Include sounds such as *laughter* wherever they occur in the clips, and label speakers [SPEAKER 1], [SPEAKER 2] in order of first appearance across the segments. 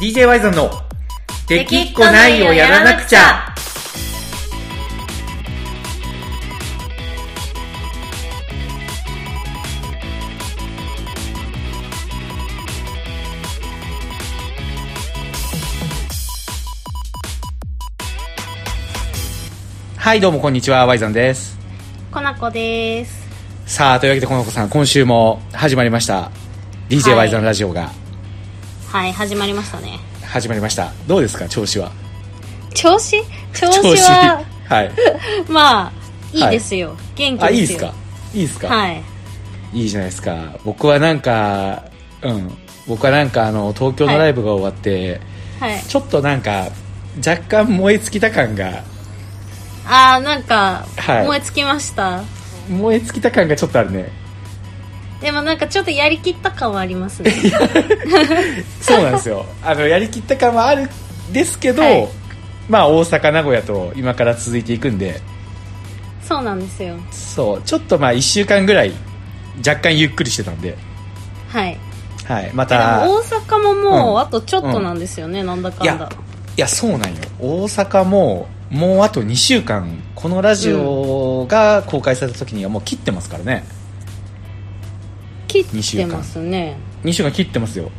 [SPEAKER 1] DJ ワイゾンの「できっこないをやらなくちゃ」はいどうもこんにちはワイゾンです
[SPEAKER 2] コナコです
[SPEAKER 1] さあというわけでこの子さん今週も始まりました DJ
[SPEAKER 2] は
[SPEAKER 1] ワ
[SPEAKER 2] い
[SPEAKER 1] イゾンラジオが
[SPEAKER 2] はい始まりましたね
[SPEAKER 1] 始まりました、どうですか調子は
[SPEAKER 2] 調子調子は *laughs*
[SPEAKER 1] はい
[SPEAKER 2] まあいいですよ、元気ですよ
[SPEAKER 1] あいいですかいいですか、
[SPEAKER 2] はい
[SPEAKER 1] いいじゃないですか僕はなんかうん僕はなんかあの東京のライブが終わって、
[SPEAKER 2] はい
[SPEAKER 1] ちょっとなんか若干燃え尽きた感が
[SPEAKER 2] あーなんか、
[SPEAKER 1] はい
[SPEAKER 2] 燃え尽きました
[SPEAKER 1] 燃え尽きた感がちょっとあるね
[SPEAKER 2] でもなんかちょっとやりきった感はありますね
[SPEAKER 1] *laughs* そうなんですよあのやりきった感はあるんですけど、
[SPEAKER 2] はい
[SPEAKER 1] まあ大阪名古屋と今から続いていくんで
[SPEAKER 2] そうなんですよ
[SPEAKER 1] そうちょっとまあ1週間ぐらい若干ゆっくりしてたんで、
[SPEAKER 2] はい
[SPEAKER 1] はい、ま
[SPEAKER 2] でも
[SPEAKER 1] た
[SPEAKER 2] 大阪ももう、
[SPEAKER 1] うん
[SPEAKER 2] あとちょっとなんですよね、なんだか
[SPEAKER 1] い
[SPEAKER 2] ん
[SPEAKER 1] や
[SPEAKER 2] だ
[SPEAKER 1] いやそうなんよ大阪ももうあと2週間このラジオが公開された時にはもう切ってますからね
[SPEAKER 2] 切
[SPEAKER 1] 二
[SPEAKER 2] っ
[SPEAKER 1] 週
[SPEAKER 2] て
[SPEAKER 1] 間
[SPEAKER 2] ますね
[SPEAKER 1] 2週間切ってますよ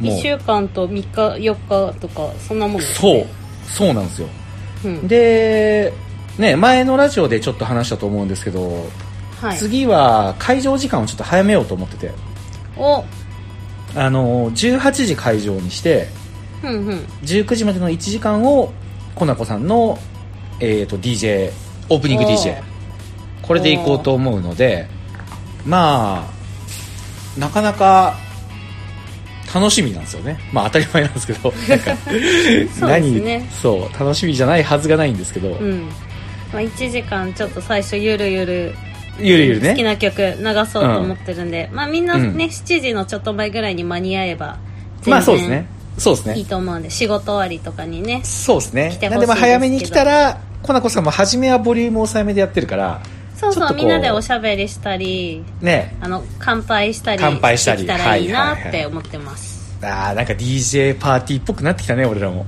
[SPEAKER 1] も
[SPEAKER 2] 1
[SPEAKER 1] う
[SPEAKER 2] 週間と3日4日とかそんなもんです
[SPEAKER 1] そう
[SPEAKER 2] ね
[SPEAKER 1] そうなんですよ
[SPEAKER 2] そう、うん
[SPEAKER 1] でね前のラジオでちょっと話したと思うんですけど、
[SPEAKER 2] はい、
[SPEAKER 1] 次は会場時間をちょっと早めようと思ってて
[SPEAKER 2] お
[SPEAKER 1] あの18時会場にして
[SPEAKER 2] うんうん
[SPEAKER 1] 19時までの1時間をコナコさんの、えー、と DJ オープニング DJ
[SPEAKER 2] おー
[SPEAKER 1] これでいこうと思うのでまあなかなか楽しみなんですよねまあ当たり前なんですけ
[SPEAKER 2] *laughs*
[SPEAKER 1] どなんか
[SPEAKER 2] ですね
[SPEAKER 1] 何そう楽しみじゃないはずがないんですけど、
[SPEAKER 2] うん、まあ、1時間ちょっと最初ゆるゆる
[SPEAKER 1] ゆるゆる
[SPEAKER 2] 好き
[SPEAKER 1] ね
[SPEAKER 2] な曲流そうと思ってるんで、まあみんなね、
[SPEAKER 1] うん
[SPEAKER 2] 7時のちょっと前ぐらいに間に合えば
[SPEAKER 1] ま
[SPEAKER 2] 全
[SPEAKER 1] あそうです
[SPEAKER 2] 然
[SPEAKER 1] ねそうです
[SPEAKER 2] いい
[SPEAKER 1] ね
[SPEAKER 2] と思うんで仕事終わりとかにね
[SPEAKER 1] そうです
[SPEAKER 2] 来てほしいです
[SPEAKER 1] ね
[SPEAKER 2] けど
[SPEAKER 1] なんでまあ早めに来たらコナコさんも初めはボリューム抑えめでやってるから
[SPEAKER 2] そう
[SPEAKER 1] ちょっと
[SPEAKER 2] そう
[SPEAKER 1] こう
[SPEAKER 2] みんなでおしゃべりしたり
[SPEAKER 1] ね
[SPEAKER 2] あの乾杯したり
[SPEAKER 1] 乾杯したり
[SPEAKER 2] できたらいいな
[SPEAKER 1] はいはい
[SPEAKER 2] っ
[SPEAKER 1] はい
[SPEAKER 2] て思ってます、
[SPEAKER 1] あーなんか DJ パーティーっぽくなってきたね俺
[SPEAKER 2] *laughs*
[SPEAKER 1] らも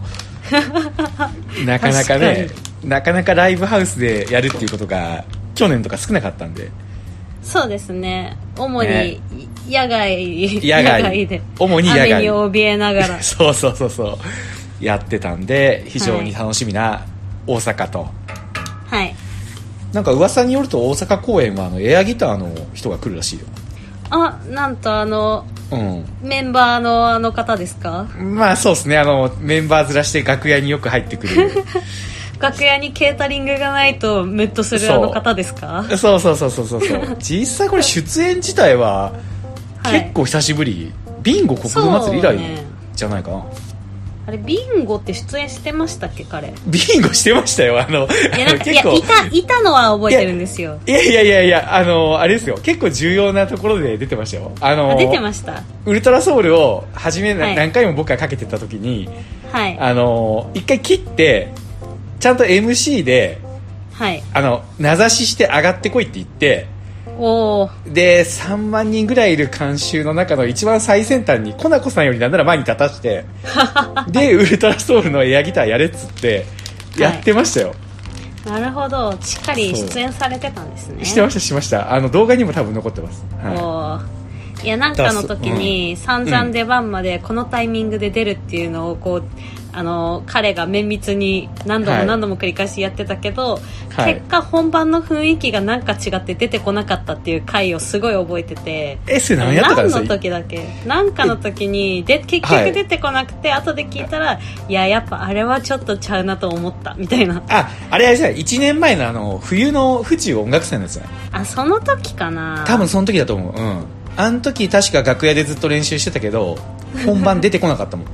[SPEAKER 1] なかなかね
[SPEAKER 2] 確
[SPEAKER 1] なかなかライブハウスでやるっていうことが去年とか少なかったんで
[SPEAKER 2] そうですね主に、
[SPEAKER 1] ね
[SPEAKER 2] 野外
[SPEAKER 1] 野外
[SPEAKER 2] で
[SPEAKER 1] 主に野外
[SPEAKER 2] 雨に怯えなが
[SPEAKER 1] *laughs*
[SPEAKER 2] ら
[SPEAKER 1] そうそうそうそうやってたんで非常に楽しみな大阪と、
[SPEAKER 2] はい
[SPEAKER 1] なんか噂によると大阪公演はあのエアギターの人が来るらしいよ
[SPEAKER 2] あなんとあの
[SPEAKER 1] う
[SPEAKER 2] メンバーのあの方ですか
[SPEAKER 1] んまあそうですねあのメンバーずらして楽屋によく入ってく
[SPEAKER 2] *laughs*
[SPEAKER 1] る
[SPEAKER 2] 楽屋にケータリングがないとムッとするあの方ですか
[SPEAKER 1] そうそうそうそうそうそう実際これ出演自体は
[SPEAKER 2] はい
[SPEAKER 1] 結構久しぶり、ビンゴ国分祭り以
[SPEAKER 2] そう
[SPEAKER 1] 来
[SPEAKER 2] ね
[SPEAKER 1] じゃないかな、
[SPEAKER 2] あれビンゴって出演してましたっけ
[SPEAKER 1] *laughs*
[SPEAKER 2] 彼い
[SPEAKER 1] ビンゴしてましたよあの
[SPEAKER 2] やなん
[SPEAKER 1] あの
[SPEAKER 2] かい
[SPEAKER 1] 結
[SPEAKER 2] や
[SPEAKER 1] 構
[SPEAKER 2] いたいたのは覚えてるんですよ
[SPEAKER 1] いやいやいやいやあのあれですよ結構重要なところで出てましたよあの
[SPEAKER 2] あ出てました
[SPEAKER 1] ウルトラソウルを初めな、
[SPEAKER 2] はい
[SPEAKER 1] 何回も僕がかけてた時に
[SPEAKER 2] はい
[SPEAKER 1] あの一回切ってちゃんと MC で
[SPEAKER 2] はい
[SPEAKER 1] あの名指しして上がってこいって言って
[SPEAKER 2] おお
[SPEAKER 1] で3万人ぐらいいる観衆の中の一番最先端にコナコさんよりなんなら前に立たして
[SPEAKER 2] *laughs*
[SPEAKER 1] でウルトラソウルのエアギターやれっつってやってましたよ、
[SPEAKER 2] なるほどしっかり
[SPEAKER 1] そう
[SPEAKER 2] 出演されてたんですね
[SPEAKER 1] してましたしましたあの動画にも多分残ってます、
[SPEAKER 2] お
[SPEAKER 1] は
[SPEAKER 2] ーいやなんかの時に散々出番までこのタイミングで出るっていうのをこうあの彼が綿密に何度
[SPEAKER 1] は
[SPEAKER 2] も
[SPEAKER 1] い
[SPEAKER 2] 何度も繰り返しやってたけど、
[SPEAKER 1] はい
[SPEAKER 2] 結果本番の雰囲気がなんか違って出てこなかったっていう回をすごい覚えてて
[SPEAKER 1] い、えそれ何やってたん
[SPEAKER 2] 何
[SPEAKER 1] です
[SPEAKER 2] の
[SPEAKER 1] か
[SPEAKER 2] 時だっけ何かの時にで結
[SPEAKER 1] はい
[SPEAKER 2] 局出てこなくて、後で聞いたらいややっぱあれはちょっとちゃうなと思ったみたいな
[SPEAKER 1] ああれあれじゃない1年前のあの冬の府中音楽祭のやつね
[SPEAKER 2] あその時かな
[SPEAKER 1] 多分その時だと思ううんあの時確か楽屋でずっと練習してたけど本番出てこなかったもん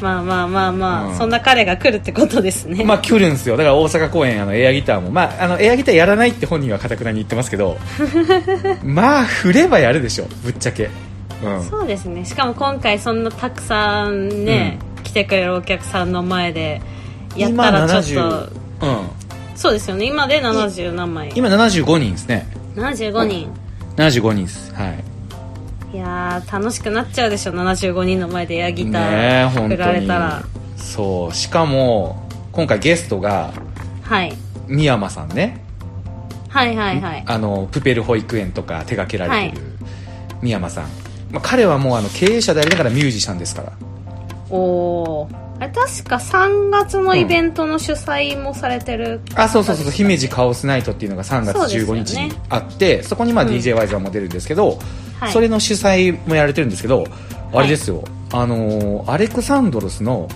[SPEAKER 2] まあまあまあまあ、
[SPEAKER 1] うん
[SPEAKER 2] そんな彼が来るってことです
[SPEAKER 1] *laughs*
[SPEAKER 2] ね、
[SPEAKER 1] まあ来るんですよだから大阪公演あのエアギターもまああのエアギターやらないって本人はかたくなに言ってますけ
[SPEAKER 2] *laughs*
[SPEAKER 1] どまあ振ればやるでしょぶっちゃけうん
[SPEAKER 2] そうですねしかも今回そんなたくさんね、来てくれるお客さんの前でやったらちょっと
[SPEAKER 1] 今70うん
[SPEAKER 2] そうですよね今で70何枚
[SPEAKER 1] 今75人ですね
[SPEAKER 2] 75人、
[SPEAKER 1] 75人ですはい
[SPEAKER 2] いやー楽しくなっちゃうでしょ75人の前でエアギタ
[SPEAKER 1] ねえ
[SPEAKER 2] ー
[SPEAKER 1] 本
[SPEAKER 2] 振ら
[SPEAKER 1] 当
[SPEAKER 2] れ
[SPEAKER 1] に
[SPEAKER 2] たら、
[SPEAKER 1] そうしかも今回ゲストが
[SPEAKER 2] はい
[SPEAKER 1] 三山さんね
[SPEAKER 2] はいはいはい
[SPEAKER 1] あのプペル保育園とか手掛けられてる三山さん、まあ、彼はもうあの経営者でありながらミュージシャンですから
[SPEAKER 2] おーあれ確か3月のイベントの主催もされてる、
[SPEAKER 1] あそうそうそうそう姫路カオスナイトっていうのが3月
[SPEAKER 2] そうです
[SPEAKER 1] 15
[SPEAKER 2] よね
[SPEAKER 1] 日にあってそ,、こにまあ
[SPEAKER 2] うん
[SPEAKER 1] d j ワイザーも出るんですけど、
[SPEAKER 2] はい
[SPEAKER 1] それの主催もやれてるんですけどあれですよ、あのーアレクサンドロスの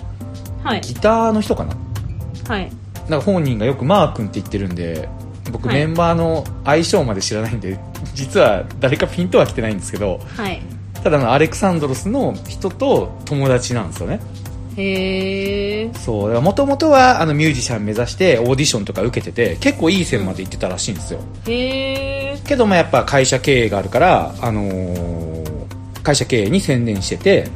[SPEAKER 2] はい
[SPEAKER 1] ギターの人かな
[SPEAKER 2] はい
[SPEAKER 1] なんか本人がよくマー君って言ってるんで僕
[SPEAKER 2] はい
[SPEAKER 1] メンバーの相性まで知らないんで、実は誰かピンとは来てないんですけど
[SPEAKER 2] はい
[SPEAKER 1] ただのアレクサンドロスの人と友達なんですよね
[SPEAKER 2] へえ
[SPEAKER 1] そうもともとはあのミュージシャン目指してオーディションとか受けてて結構いい線まで行ってたらしいんですよ、
[SPEAKER 2] へえ
[SPEAKER 1] けどまあやっぱ会社経営があるから、あのー会社経営に専念してて、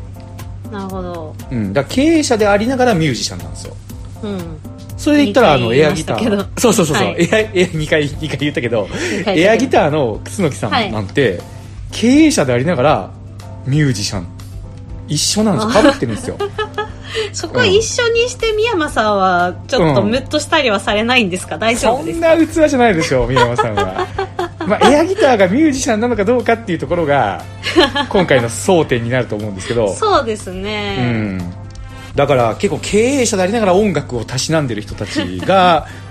[SPEAKER 2] なるほど
[SPEAKER 1] うん、だから経営者でありながらミュージシャンなんですよ
[SPEAKER 2] うん
[SPEAKER 1] それで言ったらあ
[SPEAKER 2] 二
[SPEAKER 1] の
[SPEAKER 2] 回
[SPEAKER 1] エ
[SPEAKER 2] 言い
[SPEAKER 1] ア
[SPEAKER 2] ま
[SPEAKER 1] ギ
[SPEAKER 2] し
[SPEAKER 1] タ
[SPEAKER 2] た
[SPEAKER 1] ー
[SPEAKER 2] けど
[SPEAKER 1] そうそうそうそう、
[SPEAKER 2] はい
[SPEAKER 1] エアエア2回二回言ったけど
[SPEAKER 2] 二回言ったけど
[SPEAKER 1] エアギターの楠木さ
[SPEAKER 2] はい
[SPEAKER 1] んなんて、経営者でありながらミュージシャン一緒なんですよかぶってるんです
[SPEAKER 2] *laughs*
[SPEAKER 1] よ
[SPEAKER 2] そこ一緒にして三山さんはちょっと
[SPEAKER 1] うん
[SPEAKER 2] ムッとしたりはされないんですか大丈
[SPEAKER 1] そ
[SPEAKER 2] 夫で
[SPEAKER 1] ん
[SPEAKER 2] す
[SPEAKER 1] な器じゃないでしょう宮山さんは、まあ、エアギターがミュージシャンなのかどうかっていうところ
[SPEAKER 2] *laughs*
[SPEAKER 1] が今回の争点になると思うんですけど
[SPEAKER 2] そうです
[SPEAKER 1] う
[SPEAKER 2] ね、
[SPEAKER 1] ん、だから結構経営者でありながら音楽をたしなんでる人たちが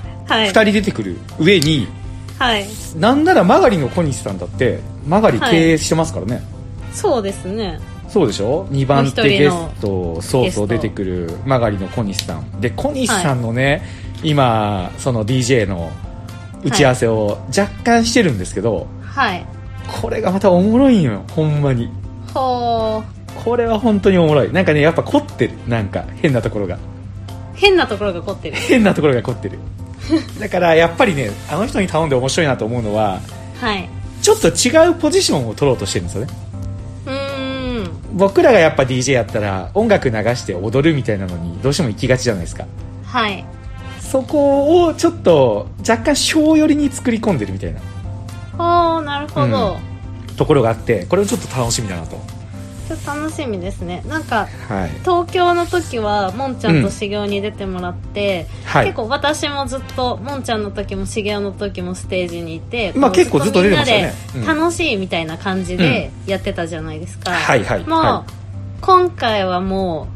[SPEAKER 2] *laughs* は
[SPEAKER 1] 2
[SPEAKER 2] い
[SPEAKER 1] 人出てくる上に、
[SPEAKER 2] はい
[SPEAKER 1] なんなら曲がりの小西さんだって曲がり
[SPEAKER 2] はい
[SPEAKER 1] 経営してますからね、
[SPEAKER 2] そうですね
[SPEAKER 1] そうでしょ2番手ゲ
[SPEAKER 2] も
[SPEAKER 1] ス
[SPEAKER 2] う
[SPEAKER 1] トそうそう
[SPEAKER 2] ゲ
[SPEAKER 1] 出
[SPEAKER 2] スト
[SPEAKER 1] てくる曲がりの小西さんで小西さんのね、今その DJ の打ち合わせを若干してるんですけど、
[SPEAKER 2] はい
[SPEAKER 1] これがまたおもろいんよほんまに
[SPEAKER 2] ほう
[SPEAKER 1] これは本当におもろいなんかねやっぱ凝ってるなんか変なところが
[SPEAKER 2] 変なところが凝ってる
[SPEAKER 1] 変なところが凝ってるだからやっぱりねあの人に頼んで面白いなと思うのは
[SPEAKER 2] はい
[SPEAKER 1] ちょっと違うポジションを取ろうとしてるんですよね
[SPEAKER 2] うーん
[SPEAKER 1] 僕らがやっぱ DJ やったら音楽流して踊るみたいなのにどうしても行きがちじゃないですか
[SPEAKER 2] はい
[SPEAKER 1] そこをちょっと若干小寄りに作り込んでるみたいな
[SPEAKER 2] ほうなるほど、
[SPEAKER 1] うんところがあってこれをちょっと楽しみだなと
[SPEAKER 2] ちょっと楽しみですねなんか
[SPEAKER 1] はい、
[SPEAKER 2] 東京の時はもんちゃんと修行に出てもらって、
[SPEAKER 1] はい、
[SPEAKER 2] 結構私もずっともんちゃんの時も茂雄の時もステージにいて、
[SPEAKER 1] まあ
[SPEAKER 2] こう
[SPEAKER 1] 結構ずっと出てましたよね
[SPEAKER 2] みんなで楽しいみたいな感じでやってたじゃないですか、
[SPEAKER 1] はいはい
[SPEAKER 2] もう、
[SPEAKER 1] は
[SPEAKER 2] 今回はも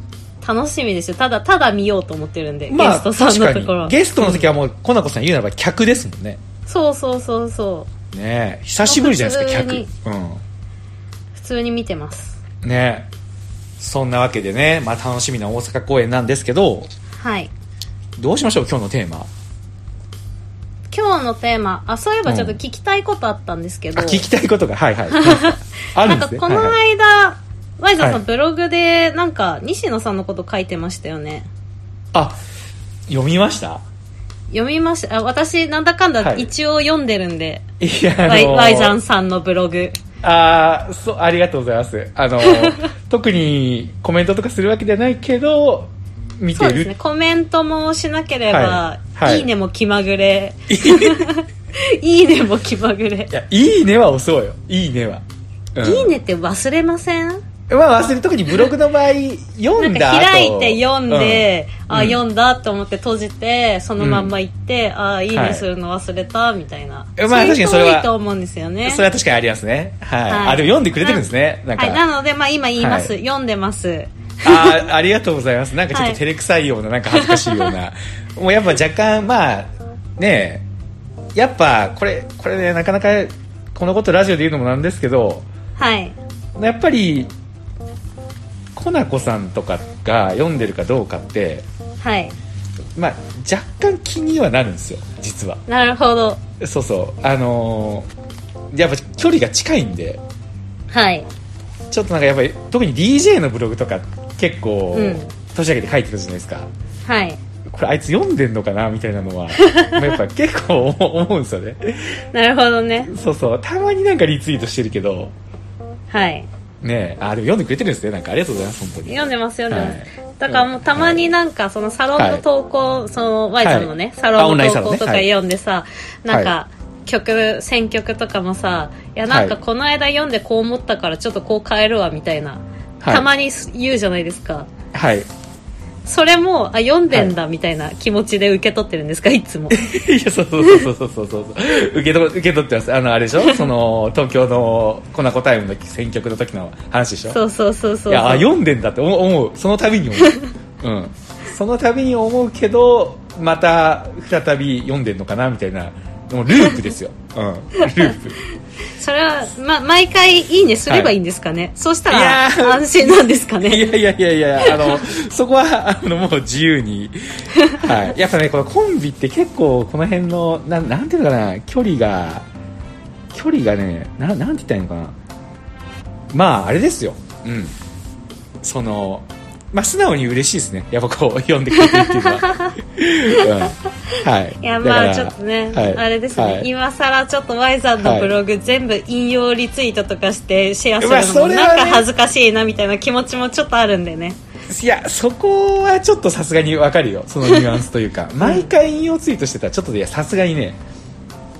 [SPEAKER 2] う楽しみですよただただ見ようと思ってるんで、
[SPEAKER 1] ま
[SPEAKER 2] ゲ
[SPEAKER 1] あ
[SPEAKER 2] ストさん
[SPEAKER 1] 確
[SPEAKER 2] の
[SPEAKER 1] か
[SPEAKER 2] ところ
[SPEAKER 1] にゲストの時はもうコナコさん言うならば客ですもんね
[SPEAKER 2] そうそうそうそ
[SPEAKER 1] ねえ久しぶりじゃないですか
[SPEAKER 2] 普通
[SPEAKER 1] 客
[SPEAKER 2] に
[SPEAKER 1] うん
[SPEAKER 2] う普通に見てます
[SPEAKER 1] ねそんなわけでね、まあ、楽しみな大阪公演なんですけど
[SPEAKER 2] はい
[SPEAKER 1] どうしましょう今日のテーマ
[SPEAKER 2] 今日のテーマあそういえばちょっと聞きたいことあったんですけど、
[SPEAKER 1] あ聞きたいことがはい
[SPEAKER 2] *laughs*
[SPEAKER 1] はいなんかある
[SPEAKER 2] なんん
[SPEAKER 1] で
[SPEAKER 2] か
[SPEAKER 1] すね
[SPEAKER 2] この
[SPEAKER 1] はいはい
[SPEAKER 2] 間、ワイザーさ
[SPEAKER 1] は
[SPEAKER 2] ん
[SPEAKER 1] い
[SPEAKER 2] ブログでなんか西野さんのこと書いてましたよね
[SPEAKER 1] あ読みました
[SPEAKER 2] 読みましたあ私なんだかん
[SPEAKER 1] は
[SPEAKER 2] だ
[SPEAKER 1] い
[SPEAKER 2] 一応読んでるんで、
[SPEAKER 1] いやあの
[SPEAKER 2] ワイワイザンさんのブログ
[SPEAKER 1] あーそうありがとうございますあ
[SPEAKER 2] *laughs*
[SPEAKER 1] の特にコメントとかするわけじゃないけど見
[SPEAKER 2] そ
[SPEAKER 1] て
[SPEAKER 2] うです
[SPEAKER 1] る、
[SPEAKER 2] ねコメントもしなければ、
[SPEAKER 1] はいはい
[SPEAKER 2] い、いねも気まぐれ *laughs* いいねも気まぐれ
[SPEAKER 1] *laughs* いやいいねは押そうよいいねは、うん
[SPEAKER 2] いいねって忘れません
[SPEAKER 1] まあ忘れ特にブログの場合
[SPEAKER 2] な
[SPEAKER 1] 読
[SPEAKER 2] ん
[SPEAKER 1] ん
[SPEAKER 2] か
[SPEAKER 1] だ後
[SPEAKER 2] 開いて読んで、
[SPEAKER 1] うん
[SPEAKER 2] あ
[SPEAKER 1] うん
[SPEAKER 2] 読んだと思って閉じてそのまんま行って、あいい
[SPEAKER 1] は
[SPEAKER 2] ね
[SPEAKER 1] い
[SPEAKER 2] するの忘れたみたいな、
[SPEAKER 1] まあ
[SPEAKER 2] そういう人
[SPEAKER 1] 確かにそれは
[SPEAKER 2] 多いと思うんですよね
[SPEAKER 1] それは確かにありますねはい、
[SPEAKER 2] は
[SPEAKER 1] あ
[SPEAKER 2] い
[SPEAKER 1] でも読んでくれてるんですねなんか、
[SPEAKER 2] はい、なので、まあ、今言います、
[SPEAKER 1] はい
[SPEAKER 2] 読んでます
[SPEAKER 1] あーありがとうございますなんかちょっ
[SPEAKER 2] は
[SPEAKER 1] と
[SPEAKER 2] い
[SPEAKER 1] 照れくさいようななんか恥ずかしいようなもうやっぱ若干まあねえやっぱこれこれねなかなかこのことラジオで言うのもなんですけど
[SPEAKER 2] はい
[SPEAKER 1] やっぱりコナコさんとかが読んでるかどうかって
[SPEAKER 2] はい
[SPEAKER 1] まあ若干気にはなるんですよ実は
[SPEAKER 2] なるほど
[SPEAKER 1] そうそうあのーやっぱ距離が近いんで
[SPEAKER 2] はい
[SPEAKER 1] ちょっとなんかやっぱり特に DJ のブログとか結構
[SPEAKER 2] うん
[SPEAKER 1] 年明けて書いてるじゃないですか、
[SPEAKER 2] はい
[SPEAKER 1] これあいつ読んでんのかなみたいなの
[SPEAKER 2] *laughs*
[SPEAKER 1] はまあやっぱ結構思うんですよね
[SPEAKER 2] なるほどね
[SPEAKER 1] そうそうたまになんかリツイートしてるけど
[SPEAKER 2] はい
[SPEAKER 1] ねえあでも読んでくれてるんですねなんかありがとうございます本当に
[SPEAKER 2] 読んでます読んでます、
[SPEAKER 1] は
[SPEAKER 2] だからもうたまになんかそのサロンの投稿、そのワイさんのね、
[SPEAKER 1] はい
[SPEAKER 2] サロ
[SPEAKER 1] あ
[SPEAKER 2] ンの投稿と
[SPEAKER 1] オンラインサロン
[SPEAKER 2] か
[SPEAKER 1] ねはい
[SPEAKER 2] 読んでさ、なんか曲選曲とかもさいやなんか
[SPEAKER 1] はい
[SPEAKER 2] この間読んでこう思ったからちょっとこう変えるわみたいな、
[SPEAKER 1] はい
[SPEAKER 2] たまに言うじゃないですか
[SPEAKER 1] はい。 *laughs*
[SPEAKER 2] それもあ読んでんだみたいな気持ちで受け取ってるんですか
[SPEAKER 1] *laughs*
[SPEAKER 2] いつも
[SPEAKER 1] いや、そうそうそうそうそうそうそう。受けと受け取ってます。あの、あれでしょその、東京のコナコタイムの選曲の時の話でしょ
[SPEAKER 2] そうそうそうそう
[SPEAKER 1] いや、あ、読んでんだって思う思う。その度に思
[SPEAKER 2] *laughs*
[SPEAKER 1] う。うん。その度に思うけど、また再び読んでんのかなみたいな。もうループですよ。うん。ループ。
[SPEAKER 2] それは、ま、毎回いいねすればいいんですかね、そうした
[SPEAKER 1] いやー
[SPEAKER 2] ら安心なんですか
[SPEAKER 1] い
[SPEAKER 2] ね
[SPEAKER 1] やいやいやいや、あの、そこは、あの、もう自由に。はい。やっぱね、このコンビって結構、この辺の、なん、なんていうのかな、距離が、距離がね、ななんて言ったらいいのかな。まあ、あれですよ。うん。その、まあ、素直に嬉しいですね。やっぱこう、読んでくれてるっていうのは。
[SPEAKER 2] *laughs*
[SPEAKER 1] うん、はい。
[SPEAKER 2] い
[SPEAKER 1] だ
[SPEAKER 2] や
[SPEAKER 1] か
[SPEAKER 2] まあ
[SPEAKER 1] ら
[SPEAKER 2] ちょっとね、
[SPEAKER 1] はい
[SPEAKER 2] あれですね、
[SPEAKER 1] はい
[SPEAKER 2] 今さらちょっと Y さんのブログ全部引用リツイートとかしてシェアす
[SPEAKER 1] まあ
[SPEAKER 2] るの
[SPEAKER 1] そ
[SPEAKER 2] も
[SPEAKER 1] れ
[SPEAKER 2] な
[SPEAKER 1] は
[SPEAKER 2] ん
[SPEAKER 1] ね
[SPEAKER 2] か恥ずかしいなみたいな気持ちもちょっとあるんでね
[SPEAKER 1] いや、そこはちょっとさすがにわかるよ。そのニュアンスというか。毎回引用ツイートしてたら、ちょっといや、さすがにね、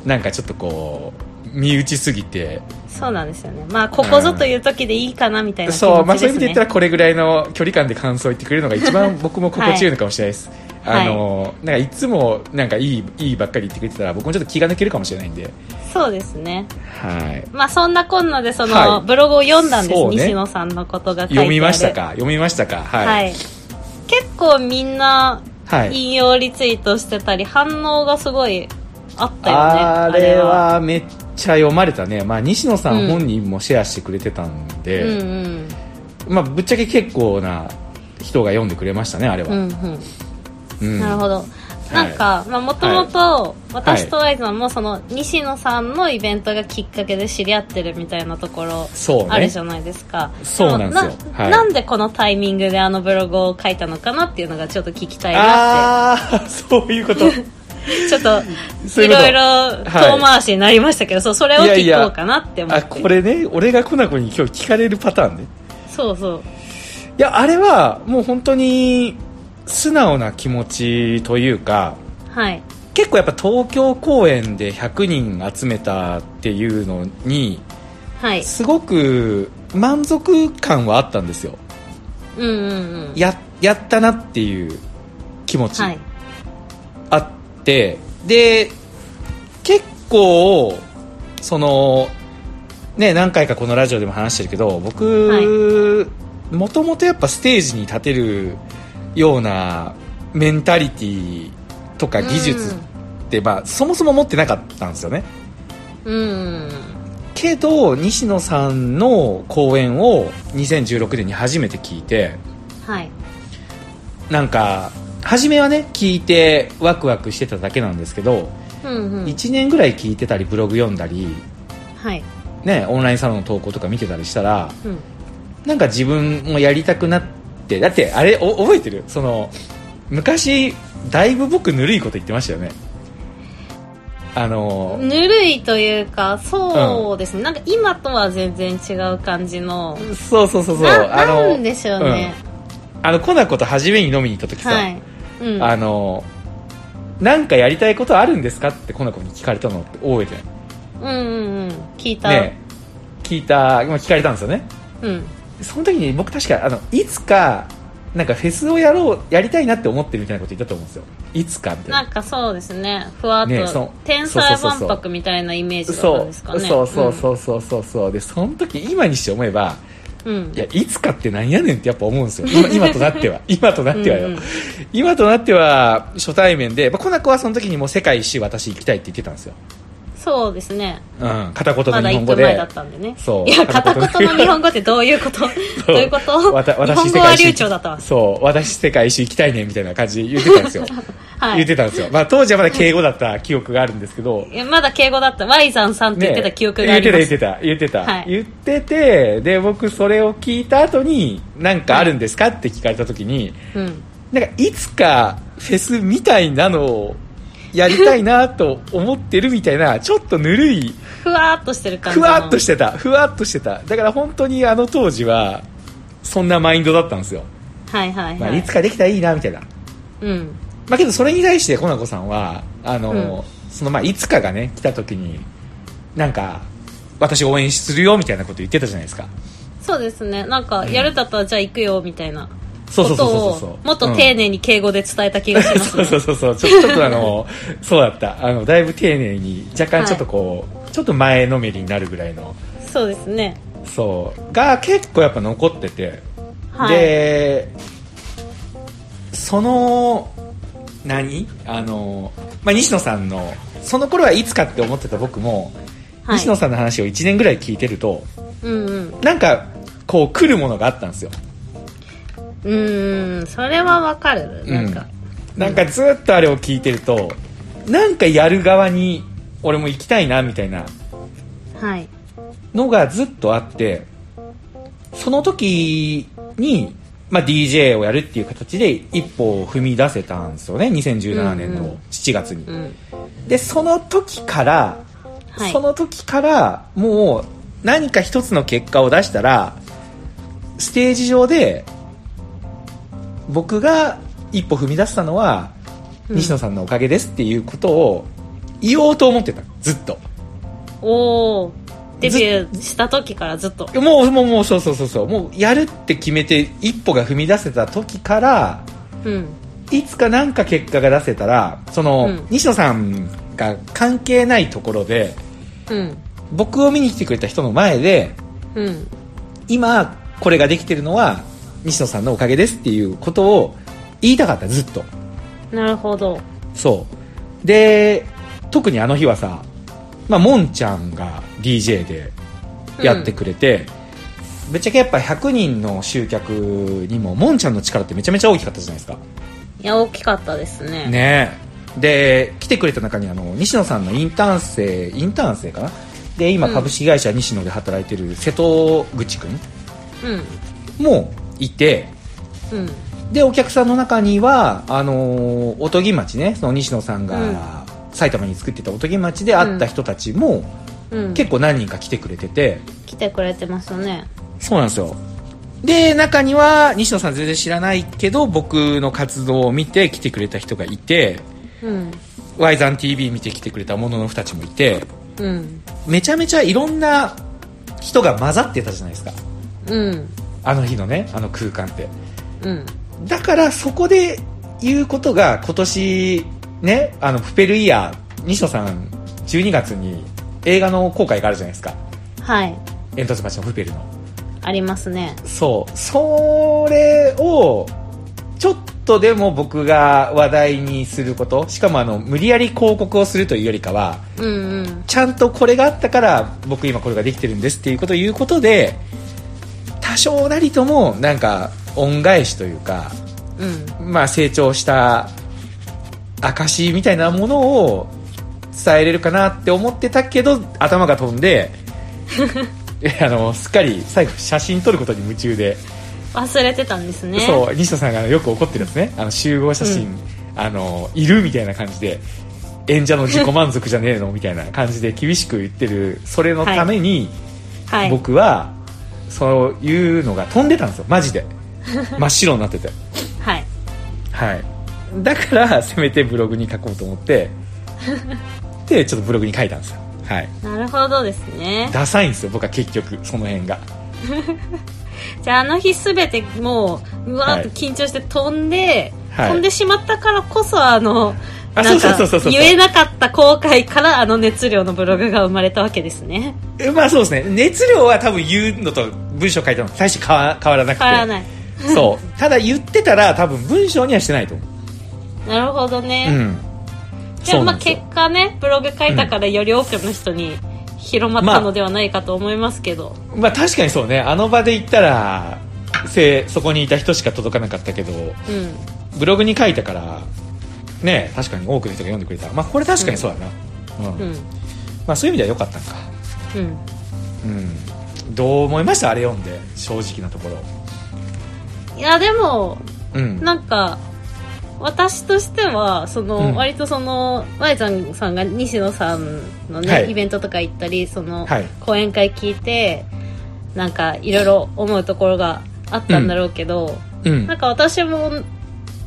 [SPEAKER 1] なんかちょっとこう、身内すぎて、
[SPEAKER 2] そうなんですよねまあここぞという時でいいかなみたいな気持ちです、ね
[SPEAKER 1] そう、まあそういう意味で言ったら、これぐらいの距離感で感想を言ってくれるのが一番僕も心地よいのかもしれないです。
[SPEAKER 2] はい
[SPEAKER 1] あの、なんかいつも、なんかいい、いいばっかり言ってくれてたら、僕もちょっと気が抜けるかもしれないんで。
[SPEAKER 2] そうですね
[SPEAKER 1] はい。
[SPEAKER 2] まあそんなこんなでその、
[SPEAKER 1] はい
[SPEAKER 2] ブログを読んだんです、
[SPEAKER 1] そうね
[SPEAKER 2] 西野さんのことが書いてある
[SPEAKER 1] 読みましたか読みましたか
[SPEAKER 2] は
[SPEAKER 1] はいい。、
[SPEAKER 2] 結構みんな
[SPEAKER 1] はい。
[SPEAKER 2] 引用リツイートしてたり反応がすごいあったよね
[SPEAKER 1] あれはめっちゃ読まれたね。まあ西野さ
[SPEAKER 2] うん
[SPEAKER 1] ん本人もシェアしてくれてたん
[SPEAKER 2] あ
[SPEAKER 1] で、
[SPEAKER 2] れはうん
[SPEAKER 1] まあ、ぶっちゃけ結構な人が読んでくれましたねあれ
[SPEAKER 2] う
[SPEAKER 1] は、
[SPEAKER 2] んうん
[SPEAKER 1] うん
[SPEAKER 2] うんなるほどなんか、まあ、もともと、私とワイズさんも、その、西野さんのイベントがきっかけで知り合ってるみたいなところ、
[SPEAKER 1] そうね
[SPEAKER 2] あるじゃないですか。
[SPEAKER 1] そうなんですよ
[SPEAKER 2] もな
[SPEAKER 1] はい
[SPEAKER 2] なんでこのタイミングであのブログを書いたのかなっていうのがちょっと聞きたいなっ
[SPEAKER 1] ああそういうこと
[SPEAKER 2] て。ちょ
[SPEAKER 1] そ
[SPEAKER 2] っと、
[SPEAKER 1] うい
[SPEAKER 2] いう
[SPEAKER 1] こと
[SPEAKER 2] ろいろ遠回しになりましたけど、そう、それを
[SPEAKER 1] いやい
[SPEAKER 2] 聞
[SPEAKER 1] や
[SPEAKER 2] こうかなって思っ
[SPEAKER 1] あ
[SPEAKER 2] て。
[SPEAKER 1] これね俺がコナコに今日聞かれるパターンね
[SPEAKER 2] そうそう。
[SPEAKER 1] いやあれはもう本当に素直な気持ちというか
[SPEAKER 2] はい。
[SPEAKER 1] 結構やっぱ東京公演で100人集めたっていうのに
[SPEAKER 2] はい。
[SPEAKER 1] すごく満足感はあったんですよ
[SPEAKER 2] うんうんうん。
[SPEAKER 1] ややったなっていう気持ち、
[SPEAKER 2] はい。
[SPEAKER 1] あってで結構そのね何回かこのラジオでも話してるけど僕もともとやっぱステージに立てるようなメンタリティとか技術って、まあ、そもそも持ってなかったんですよね
[SPEAKER 2] うん。うん。
[SPEAKER 1] けど西野さんの公演を2016年に初めて聞いて
[SPEAKER 2] はい。
[SPEAKER 1] なんか初めはね聞いてワクワクしてただけなんですけど
[SPEAKER 2] うんうん。
[SPEAKER 1] 1年ぐらい聞いてたりブログ読んだり、
[SPEAKER 2] はい。
[SPEAKER 1] ね、オンラインサロンの投稿とか見てたりしたら
[SPEAKER 2] うん。
[SPEAKER 1] なんか自分もやりたくなってだってあれお覚えてるその昔だいぶ僕ぬるいこと言ってましたよねあの
[SPEAKER 2] ぬるいというかそうですね、なんか今とは全然違う感じの
[SPEAKER 1] そうそうそうそう
[SPEAKER 2] な
[SPEAKER 1] あ
[SPEAKER 2] な
[SPEAKER 1] の
[SPEAKER 2] んでしょうね、
[SPEAKER 1] あのコナコと初めに飲みに行った時さ、
[SPEAKER 2] はい、うん、
[SPEAKER 1] あのなんかやりたいことあるんですかってコナコに聞かれたのって覚えてる
[SPEAKER 2] うんうんうん聞いた、
[SPEAKER 1] ね聞いた今聞かれたんですよね
[SPEAKER 2] うん
[SPEAKER 1] その時に僕確かあのいつかなんかフェスをやろうやりたいなって思ってるみたいなこと言ったと思うんですよいつかみたい
[SPEAKER 2] な
[SPEAKER 1] なん
[SPEAKER 2] かそうですねふわっと、
[SPEAKER 1] ねそう
[SPEAKER 2] 天才
[SPEAKER 1] そうそうそ
[SPEAKER 2] 万
[SPEAKER 1] うそう
[SPEAKER 2] 博みたいなイメージだった
[SPEAKER 1] そ
[SPEAKER 2] ん
[SPEAKER 1] う
[SPEAKER 2] ですか
[SPEAKER 1] そう
[SPEAKER 2] ね
[SPEAKER 1] そうそうそうそうそうでその時今にして思えば
[SPEAKER 2] うん、うん
[SPEAKER 1] いやいつかってなんやねんってやっぱ思うんですよ今今となっては *laughs* 今となってはよ、
[SPEAKER 2] うんうん
[SPEAKER 1] 今となっては初対面で、まあ、コナコはその時にもう世界一周私行きたいって言ってたんですよ、
[SPEAKER 2] そうですね
[SPEAKER 1] うん、片言
[SPEAKER 2] ま
[SPEAKER 1] の
[SPEAKER 2] だ
[SPEAKER 1] 日本
[SPEAKER 2] 行く
[SPEAKER 1] 語
[SPEAKER 2] 前だ
[SPEAKER 1] で
[SPEAKER 2] ったんでね
[SPEAKER 1] そう
[SPEAKER 2] いや片言の日本語ってどういう
[SPEAKER 1] *laughs*
[SPEAKER 2] ことどういうこと
[SPEAKER 1] わた
[SPEAKER 2] 日
[SPEAKER 1] 私
[SPEAKER 2] 本語は流暢だったわ
[SPEAKER 1] 世界一周そう私世界一周行きたいねみたいな感じで言ってたん
[SPEAKER 2] *laughs*
[SPEAKER 1] ですよ
[SPEAKER 2] は
[SPEAKER 1] 言っ
[SPEAKER 2] い
[SPEAKER 1] てたんですよ、まあ、当時はまだ敬語だった記憶があるんですけど、
[SPEAKER 2] いやまだ敬語だったワイザンさんって言ってた記憶があります、
[SPEAKER 1] 言ってた言ってた言ってた、
[SPEAKER 2] はい
[SPEAKER 1] 言っててで僕それを聞いた後に何かあるんですかって聞かれた時に
[SPEAKER 2] うん
[SPEAKER 1] なんかいつかフェスみたいなのをやりたいなと思ってるみたいなちょっとぬるい
[SPEAKER 2] ふわーっとしてる感じ
[SPEAKER 1] ふ
[SPEAKER 2] の
[SPEAKER 1] わっとしてたふわっとしてただから本当にあの当時はそんなマインドだったんですよ、
[SPEAKER 2] はいはいはい、
[SPEAKER 1] まあ、いつかできたらいいなみたいな
[SPEAKER 2] うん
[SPEAKER 1] まあ、けどそれに対してコナコさんはあの、
[SPEAKER 2] うん
[SPEAKER 1] そのまあいつかがね来た時になんか私応援するよみたいなこと言ってたじゃないですか
[SPEAKER 2] そうですねなんかやるんだったらじゃあ行くよみたいな
[SPEAKER 1] そ
[SPEAKER 2] こ
[SPEAKER 1] うそうそう
[SPEAKER 2] と
[SPEAKER 1] そうそう
[SPEAKER 2] をもっと丁寧に敬語で伝えた気がします
[SPEAKER 1] そう
[SPEAKER 2] ね
[SPEAKER 1] そうそうそうちょちょっとあのそうだったあのだいぶ丁寧に若干ちょっとこう、ちょっと前のめりになるぐらいの
[SPEAKER 2] そうですね
[SPEAKER 1] そうが結構やっぱ残ってて、
[SPEAKER 2] はい
[SPEAKER 1] でその何あの、まあ、西野さんのその頃はいつかって思ってた僕も、
[SPEAKER 2] はい
[SPEAKER 1] 西野さんの話を1年ぐらい聞いてると
[SPEAKER 2] うんうん
[SPEAKER 1] なんかこう来るものがあったんですよ
[SPEAKER 2] うーんそれはわかるなんか、
[SPEAKER 1] なんかずっとあれを聞いてるとなんかやる側に俺も行きたいなみたいな
[SPEAKER 2] はい
[SPEAKER 1] のがずっとあってその時に、まあ、DJ をやるっていう形で一歩を踏み出せたんですよね2017年
[SPEAKER 2] うんう
[SPEAKER 1] の
[SPEAKER 2] ん
[SPEAKER 1] 7月に、
[SPEAKER 2] うん
[SPEAKER 1] でその時から、
[SPEAKER 2] はい
[SPEAKER 1] その時からもう何か一つの結果を出したらステージ上で僕が一歩踏み出したのは
[SPEAKER 2] うん
[SPEAKER 1] 西野さんのおかげですっていうことを言おうと思ってたずっと
[SPEAKER 2] おおデビューした時からずっと
[SPEAKER 1] もうもうもうそうそうそうそうもうやるって決めて一歩が踏み出せた時から
[SPEAKER 2] うん
[SPEAKER 1] いつか何か結果が出せたらその、
[SPEAKER 2] うん
[SPEAKER 1] 西野さんが関係ないところで
[SPEAKER 2] うん
[SPEAKER 1] 僕を見に来てくれた人の前で
[SPEAKER 2] うん
[SPEAKER 1] 今これができてるのは西野さんのおかげですっていうことを言いたかったずっと
[SPEAKER 2] なるほど
[SPEAKER 1] そうで特にあの日はさ、まあ、もんちゃんが DJ でやってくれて、ぶっちゃけやっぱ100人の集客にももんちゃんの力ってめちゃめちゃ大きかったじゃないですか
[SPEAKER 2] いや大きかったですね
[SPEAKER 1] ねえで来てくれた中にあの西野さんのインターン生インターン生かなで今
[SPEAKER 2] うん
[SPEAKER 1] 株式会社西野で働いてる瀬戸口くんもいて
[SPEAKER 2] うんうん
[SPEAKER 1] でお客さんの中にはあのーおとぎ町ねその西野さんが埼玉に作ってたおとぎ町で会った人たちも
[SPEAKER 2] うん、
[SPEAKER 1] 結構何人か来てくれてて、
[SPEAKER 2] 来てくれてますね
[SPEAKER 1] そうなんですよで中には西野さん全然知らないけど僕の活動を見て来てくれた人がいて
[SPEAKER 2] うん
[SPEAKER 1] 「y ザン t v 見て来てくれたもののふたちもいて
[SPEAKER 2] うん
[SPEAKER 1] めちゃめちゃいろんな人が混ざってたじゃないですか
[SPEAKER 2] うん
[SPEAKER 1] あの日のねあの空間って
[SPEAKER 2] うん
[SPEAKER 1] だからそこで言うことが今年ねあのプペルイヤー西野さん12月に映画の公開があるじゃないですか
[SPEAKER 2] はい
[SPEAKER 1] 煙突町のプペルの
[SPEAKER 2] ありますね
[SPEAKER 1] そうそれをちょっとでも僕が話題にすることしかもあの無理やり広告をするというよりかは
[SPEAKER 2] うんうん
[SPEAKER 1] ちゃんとこれがあったから僕今これができてるんですっていうことを言うことで多少なりともなんか恩返しというか
[SPEAKER 2] うん
[SPEAKER 1] まあ、成長した証みたいなものを伝えれるかなって思ってたけど頭が飛ん
[SPEAKER 2] *laughs*
[SPEAKER 1] でえあのすっかり最後写真撮ることに夢中で、
[SPEAKER 2] 忘れてたんですね
[SPEAKER 1] そう西野さんがよく怒ってるんですねあの集合写真、
[SPEAKER 2] う
[SPEAKER 1] あのいるみたいな感じで演者の自己満足じゃねえのみたいな感じで厳しく言ってるそれのために、
[SPEAKER 2] はい
[SPEAKER 1] 僕はそういうのが飛んでたんですよマジで真っ白になってて。
[SPEAKER 2] はい
[SPEAKER 1] はい、だから *laughs* せめてブログに書こうと思って
[SPEAKER 2] *laughs*
[SPEAKER 1] でちょっとブログに書いたんですよ、はい、
[SPEAKER 2] なるほどですね
[SPEAKER 1] ダサいんですよ僕は結局その辺が
[SPEAKER 2] じゃああの日すべてもううわーっと緊張して飛んで、
[SPEAKER 1] はい
[SPEAKER 2] 飛んでしまったからこそあの
[SPEAKER 1] あ
[SPEAKER 2] なん
[SPEAKER 1] そう
[SPEAKER 2] か
[SPEAKER 1] そうそうそうそう
[SPEAKER 2] 言えなかった後悔からあの熱量のブログが生まれたわけですね
[SPEAKER 1] *laughs* えまあそうですね熱量は多分言うのと文章書いたの大して変わ変わらなくて
[SPEAKER 2] 変わらない
[SPEAKER 1] *laughs* そうただ言ってたら多分文章にはしてないと思
[SPEAKER 2] なるほど
[SPEAKER 1] う、う
[SPEAKER 2] ね、
[SPEAKER 1] ん、
[SPEAKER 2] じゃあまあ
[SPEAKER 1] そう
[SPEAKER 2] 結果ねブログ書いたからより多くの人に広まったのではないかと思いますけど、
[SPEAKER 1] まあ確かにそうねあの場で言ったらせそこにいた人しか届かなかったけど
[SPEAKER 2] うん
[SPEAKER 1] ブログに書いたからね確かに多くの人が読んでくれたまあこれ確かにそうだな、うん
[SPEAKER 2] うん
[SPEAKER 1] まあ、そういう意味では良かったんか
[SPEAKER 2] うん
[SPEAKER 1] うん、どう思いましたあれ読んで正直なところ
[SPEAKER 2] いやでも
[SPEAKER 1] うん
[SPEAKER 2] なんか私としてはその、
[SPEAKER 1] うん
[SPEAKER 2] 割とその Y ちゃんさんが西野さんのね、
[SPEAKER 1] はい
[SPEAKER 2] イベントとか行ったりその、
[SPEAKER 1] はい
[SPEAKER 2] 講演会聞いてなんかいろいろ思うところがあったんだろうけど、
[SPEAKER 1] うん
[SPEAKER 2] なんか私も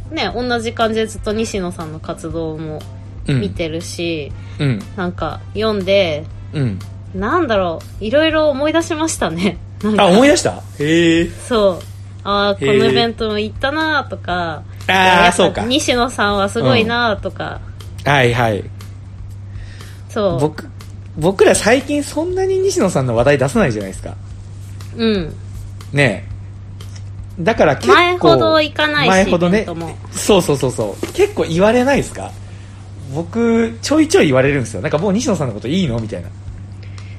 [SPEAKER 2] ね同じ感じでずっと西野さんの活動も
[SPEAKER 1] うん
[SPEAKER 2] 見てるし、
[SPEAKER 1] うん
[SPEAKER 2] なんか読んで
[SPEAKER 1] うん
[SPEAKER 2] なんだろういろいろ思い出しましたねなん
[SPEAKER 1] あ
[SPEAKER 2] か
[SPEAKER 1] 思い出したへえ
[SPEAKER 2] そうああこ
[SPEAKER 1] へー
[SPEAKER 2] のイベントも行ったなーとか
[SPEAKER 1] あ
[SPEAKER 2] や
[SPEAKER 1] あ
[SPEAKER 2] っぱ
[SPEAKER 1] そうか
[SPEAKER 2] 西野さんはすごいなーとか、
[SPEAKER 1] はいはい
[SPEAKER 2] そ
[SPEAKER 1] 僕僕ら最近そんなに西野さんの話題出さないじゃないですか
[SPEAKER 2] ううん
[SPEAKER 1] ねえだから結構
[SPEAKER 2] 前ほど行かないし
[SPEAKER 1] 前ほど
[SPEAKER 2] イベ
[SPEAKER 1] ね
[SPEAKER 2] ントも
[SPEAKER 1] そうそうそうそう結構言われないですか僕ちょいちょい言われるんですよなんかもう西野さんのこといいのみたいな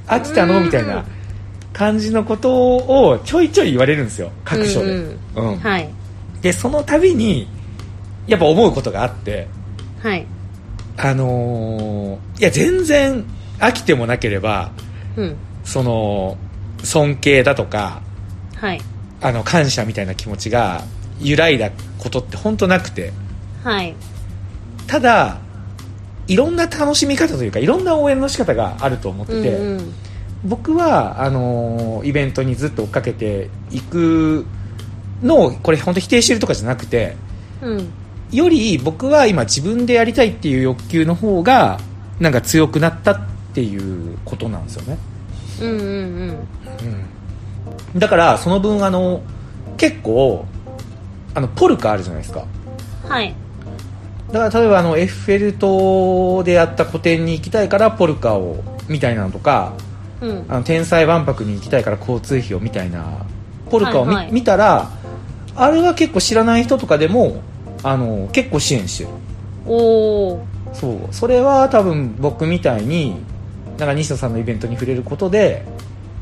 [SPEAKER 1] 飽きた
[SPEAKER 2] う
[SPEAKER 1] の
[SPEAKER 2] ん
[SPEAKER 1] みたいな感じのことをちょいちょい言われるんですよ各所で、
[SPEAKER 2] うん
[SPEAKER 1] うん
[SPEAKER 2] はい
[SPEAKER 1] でその度にやっぱ思うことがあって
[SPEAKER 2] はい
[SPEAKER 1] あのーいや全然飽きてもなければ
[SPEAKER 2] うん
[SPEAKER 1] その尊敬だとか
[SPEAKER 2] はい
[SPEAKER 1] あの感謝みたいな気持ちが揺らいだことって本当なくて
[SPEAKER 2] はい
[SPEAKER 1] ただいろんな楽しみ方というかいろんな応援の仕方があると思っ
[SPEAKER 2] う
[SPEAKER 1] て
[SPEAKER 2] ん
[SPEAKER 1] て、
[SPEAKER 2] うん
[SPEAKER 1] 僕はあのーイベントにずっと追っかけていくのをこれ本当否定してるとかじゃなくて
[SPEAKER 2] うん
[SPEAKER 1] より僕は今自分でやりたいっていう欲求の方がなんか強くなったっていうことなんですよね、
[SPEAKER 2] うんうん
[SPEAKER 1] うん、だからその分あの結構あのポルカあるじゃないですか
[SPEAKER 2] うんはい
[SPEAKER 1] だから例えばあのエッフェル塔でやった個展に行きたいからポルカをみたいなのとか
[SPEAKER 2] うん
[SPEAKER 1] あの天才万博に行きたいから交通費をみたいなポルカを見,、
[SPEAKER 2] はいはい
[SPEAKER 1] 見たらあれは結構知らない人とかでもあの結構支援してる
[SPEAKER 2] おお
[SPEAKER 1] そうそれは多分僕みたいになんか西野さんのイベントに触れることで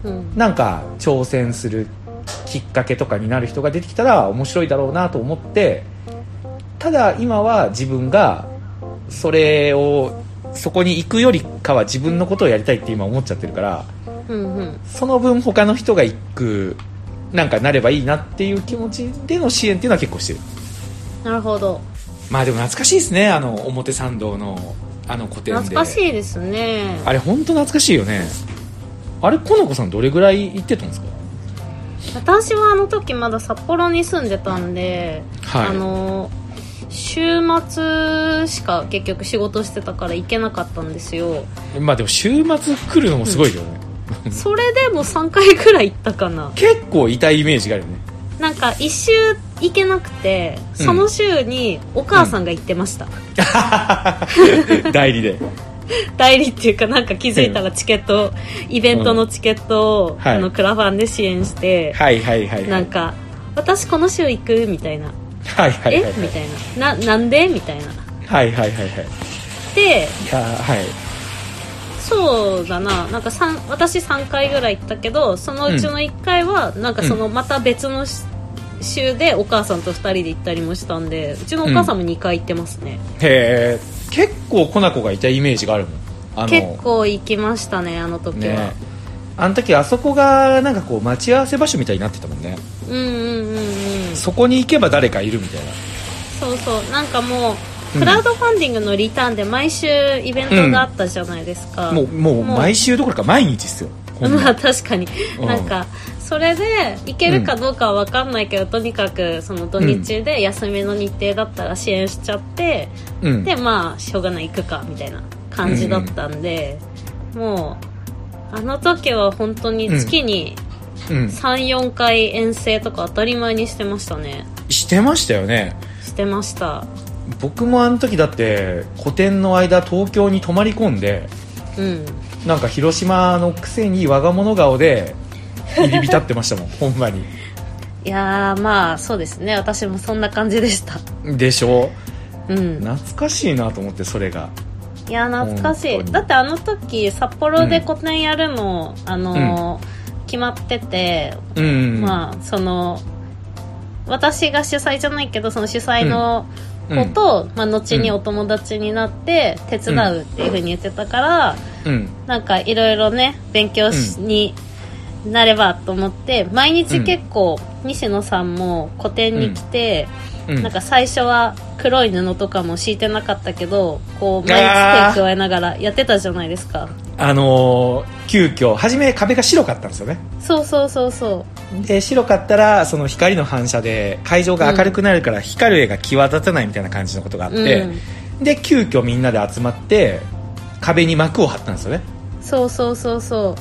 [SPEAKER 2] うん
[SPEAKER 1] なんか挑戦するきっかけとかになる人が出てきたら面白いだろうなと思ってただ今は自分がそれをそこに行くよりかは自分のことをやりたいって今思っちゃってるから
[SPEAKER 2] うんうん
[SPEAKER 1] その分他の人が行くなんかなればいいなっていう気持ちでの支援っていうのは結構してる
[SPEAKER 2] なるほど
[SPEAKER 1] まあでも懐かしいですねあの表参道のあの個展で
[SPEAKER 2] 懐かしいですね
[SPEAKER 1] あれ本当懐かしいよねあれこの子さんどれぐらい行ってたんですか
[SPEAKER 2] 私はあの時まだ札幌に住んでたんで、
[SPEAKER 1] はい
[SPEAKER 2] あの週末しか結局仕事してたから行けなかったんですよ
[SPEAKER 1] まあでも週末来るのもすごいけどね、
[SPEAKER 2] それでも3回くらい行ったかな
[SPEAKER 1] 結構痛いイメージがあるよね
[SPEAKER 2] なんか一周行けなくてその週にお母さんが行ってました、 *laughs*
[SPEAKER 1] 代理で
[SPEAKER 2] 代理っていうかなんか気づいたらチケットイベントのチケットを、
[SPEAKER 1] んはい
[SPEAKER 2] あのクラファンで支援して、
[SPEAKER 1] はいはいはいはい
[SPEAKER 2] なんか私この週行くみたいな
[SPEAKER 1] はいはい
[SPEAKER 2] え
[SPEAKER 1] はい
[SPEAKER 2] みたいなななんでみたいな
[SPEAKER 1] はいはいはいはい
[SPEAKER 2] で
[SPEAKER 1] いやーはい
[SPEAKER 2] そうだななんか三私3回ぐらい行ったけどそのうちの1回は、なんかそのまた別のし週でお母さんと2人で行ったりもしたんでうちのお母さんも2回行ってますね、
[SPEAKER 1] へえ結構コナコがいたイメージがあるもんあの
[SPEAKER 2] 結構行きましたねあの時は、
[SPEAKER 1] ねあの時あそこがなんかこう待ち合わせ場所みたいになってたもんね
[SPEAKER 2] うんうんうんうん
[SPEAKER 1] そこに行けば誰かいるみたいな
[SPEAKER 2] そうそうなんかもう
[SPEAKER 1] うん
[SPEAKER 2] クラウドファンディングのリターンで毎週イベントがあったじゃないですか、
[SPEAKER 1] もうもう
[SPEAKER 2] もう
[SPEAKER 1] 毎週どころか毎日っすよこんな
[SPEAKER 2] まあ確かに、
[SPEAKER 1] うん
[SPEAKER 2] なんかそれで行けるかどうかは分かんないけど、とにかくその土日で休みの日程だったら支援しちゃって、
[SPEAKER 1] うん
[SPEAKER 2] でまあしょうがない行くかみたいな感じだったんで、もうあの時は本当に月に
[SPEAKER 1] うん、
[SPEAKER 2] 34回遠征とか当たり前にしてましたね
[SPEAKER 1] してましたよね
[SPEAKER 2] してました
[SPEAKER 1] 僕もあの時だって個展の間東京に泊まり込んで
[SPEAKER 2] うん
[SPEAKER 1] なんか広島のくせに我が物顔で入り浸ってました
[SPEAKER 2] *laughs*
[SPEAKER 1] もんほんまに
[SPEAKER 2] いやーまあそうですね私もそんな感じでした
[SPEAKER 1] でしょ
[SPEAKER 2] うん
[SPEAKER 1] 懐かしいなと思ってそれが
[SPEAKER 2] いや懐かし
[SPEAKER 1] 本当
[SPEAKER 2] い
[SPEAKER 1] に
[SPEAKER 2] だってあの時札幌で個展やるも、あのー決まってて、
[SPEAKER 1] うん
[SPEAKER 2] まあその私が主催じゃないけどその主催の子と、まあ、後にお友達になって手伝うっていうふうに言ってたから、
[SPEAKER 1] うん、うん
[SPEAKER 2] なんかいろいろね勉強し
[SPEAKER 1] う
[SPEAKER 2] になればと思って毎日結構、西野さんも個展に来て、
[SPEAKER 1] うん
[SPEAKER 2] なんか最初は黒い布とかも敷いてなかったけどこう毎日手を加えながらやってたじゃないですか
[SPEAKER 1] あのー急遽初め壁が白かったんですよね
[SPEAKER 2] そうそうそうそ
[SPEAKER 1] で白かったらその光の反射で会場が明るくなるから光る絵が際立たないみたいな感じのことがあっ
[SPEAKER 2] ううん
[SPEAKER 1] て、で急遽みんなで集まって壁に幕を張ったんですよね
[SPEAKER 2] そうそうそうそう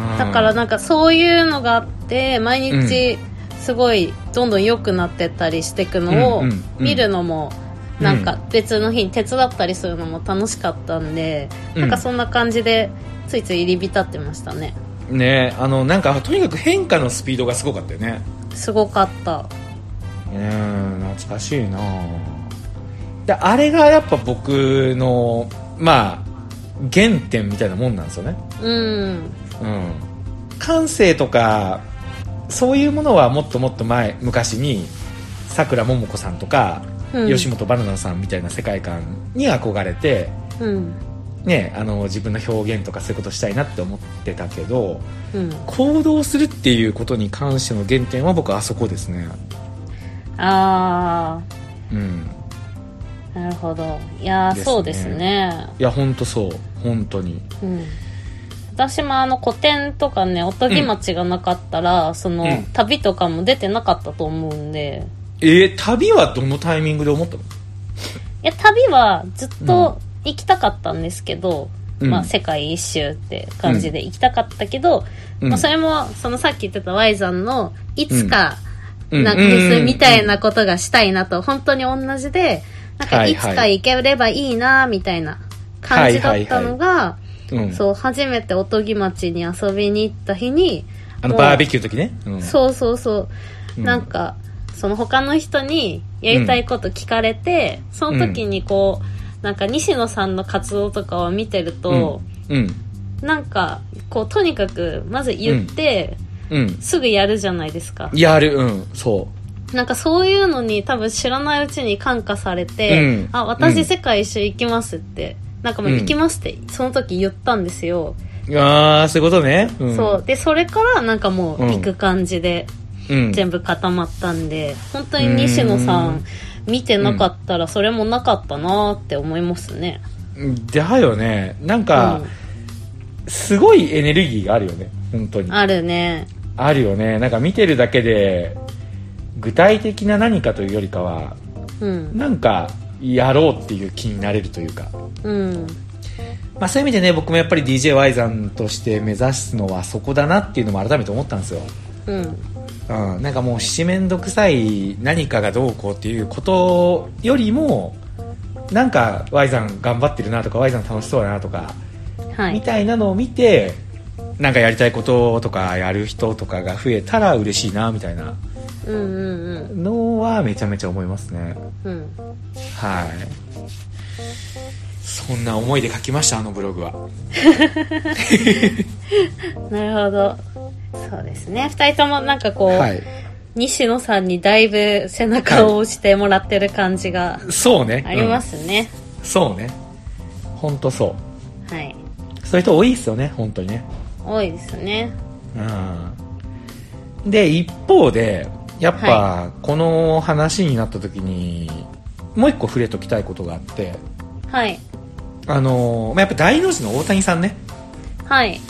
[SPEAKER 1] うん
[SPEAKER 2] だからなんかそういうのがあって毎日すごいどんどん良くなってったりしていくのを
[SPEAKER 1] うんうんうん
[SPEAKER 2] 見るのもなんか別の日に手伝ったりするのも楽しかったんで
[SPEAKER 1] うん
[SPEAKER 2] なんかそんな感じでついつい入り浸ってましたね
[SPEAKER 1] ねあのなんかとにかく変化のスピードがすごかったよね
[SPEAKER 2] すごかった
[SPEAKER 1] うん懐かしいなであれがやっぱ僕のまあ原点みたいなもんなんですよね
[SPEAKER 2] うん
[SPEAKER 1] うん感性とかそういうものはもっともっと前昔にさくらももこさんとか、
[SPEAKER 2] うん
[SPEAKER 1] 吉本ばななさんみたいな世界観に憧れて、
[SPEAKER 2] うん
[SPEAKER 1] ね、あの自分の表現とかそういうことしたいなって思ってたけど
[SPEAKER 2] うん
[SPEAKER 1] 行動するっていうことに関しての原点は僕はあそこですね
[SPEAKER 2] あ
[SPEAKER 1] うん
[SPEAKER 2] あなるほどいや
[SPEAKER 1] で
[SPEAKER 2] ー
[SPEAKER 1] すね
[SPEAKER 2] そうですね
[SPEAKER 1] いや本当そう本当に
[SPEAKER 2] うん私もあの古典とかねおとぎ町がなかったら、その、
[SPEAKER 1] うん
[SPEAKER 2] 旅とかも出てなかったと思うんで
[SPEAKER 1] えー旅はどのタイミングで思ったの
[SPEAKER 2] いや旅はずっと行きたかったんですけど、
[SPEAKER 1] うん
[SPEAKER 2] まあ、世界一周って感じで行きたかったけど、
[SPEAKER 1] うん
[SPEAKER 2] まあ、それもそのさっき言ってた Y さんのいつか
[SPEAKER 1] うん
[SPEAKER 2] なんか
[SPEAKER 1] うん
[SPEAKER 2] フェスみたいなことがしたいなと本当に同じでなんか
[SPEAKER 1] はい
[SPEAKER 2] い
[SPEAKER 1] はい
[SPEAKER 2] つか行ければいいなみたいな感じだったのが、
[SPEAKER 1] うん
[SPEAKER 2] そう初めておとぎ町に遊びに行った日に
[SPEAKER 1] あの
[SPEAKER 2] もう
[SPEAKER 1] バーベキューの時ね、うん
[SPEAKER 2] そうそうそう、
[SPEAKER 1] うん
[SPEAKER 2] なんかその他の人にやりたいこと聞かれて、その時にこう、なんか西野さんの活動とかを見てると、
[SPEAKER 1] うん
[SPEAKER 2] なんかこうとにかくまず言って、
[SPEAKER 1] うん
[SPEAKER 2] すぐやるじゃないですか
[SPEAKER 1] やるうんそ
[SPEAKER 2] なんかそういうのに多分知らないうちに感化されて、
[SPEAKER 1] うん
[SPEAKER 2] あ
[SPEAKER 1] う
[SPEAKER 2] 私
[SPEAKER 1] ん
[SPEAKER 2] 世界一周行きますって、なんかもう行きますってその時言ったんですよ、
[SPEAKER 1] うああそういうことね、うん、
[SPEAKER 2] そうでそれからなんかもう行く感じで、
[SPEAKER 1] うん、
[SPEAKER 2] 全部固まったんで本当に西野さ
[SPEAKER 1] うん
[SPEAKER 2] ん見てなかったらそれもなかったなーって思いますね、
[SPEAKER 1] だよねなん
[SPEAKER 2] う
[SPEAKER 1] か、すごいエネルギーがあるよね本当に
[SPEAKER 2] ん、
[SPEAKER 1] あ
[SPEAKER 2] あるね
[SPEAKER 1] るよねなんか見てるだけで具体的な何かというよりかは
[SPEAKER 2] うん
[SPEAKER 1] なんかやろうっていう気になれるというか、
[SPEAKER 2] うん
[SPEAKER 1] まあ、そういう意味でね僕もやっぱり d j y さんとして目指すのはそこだなっていうのも改めて思ったんですよ、
[SPEAKER 2] うん
[SPEAKER 1] うん、なんかもう七面倒くさい何かがどうこうっていうことよりもなんか Y さん頑張ってるなとか Y さん楽しそうだなとか
[SPEAKER 2] は
[SPEAKER 1] み
[SPEAKER 2] い
[SPEAKER 1] たいなのを見てなんかやりたいこととかやる人とかが増えたら嬉しいなみたいな
[SPEAKER 2] うんうん
[SPEAKER 1] のはめちゃめちゃ思いますね
[SPEAKER 2] うんうん
[SPEAKER 1] はいそんな思いで書きましたあのブログは
[SPEAKER 2] なるほどそうですね2人ともなんかこう、
[SPEAKER 1] はい
[SPEAKER 2] 西野さんにだいぶ背中を押してもらってる感じが
[SPEAKER 1] そうね
[SPEAKER 2] ありますね、
[SPEAKER 1] うんそうね本当そ
[SPEAKER 2] はい、
[SPEAKER 1] うそういう人多いですよね本当にね
[SPEAKER 2] 多いですね
[SPEAKER 1] うんで一方でやっぱこの話になった時に、もう一個触れときたいことがあって
[SPEAKER 2] はい
[SPEAKER 1] あのーまあやっぱ大の字の大谷さんね
[SPEAKER 2] はい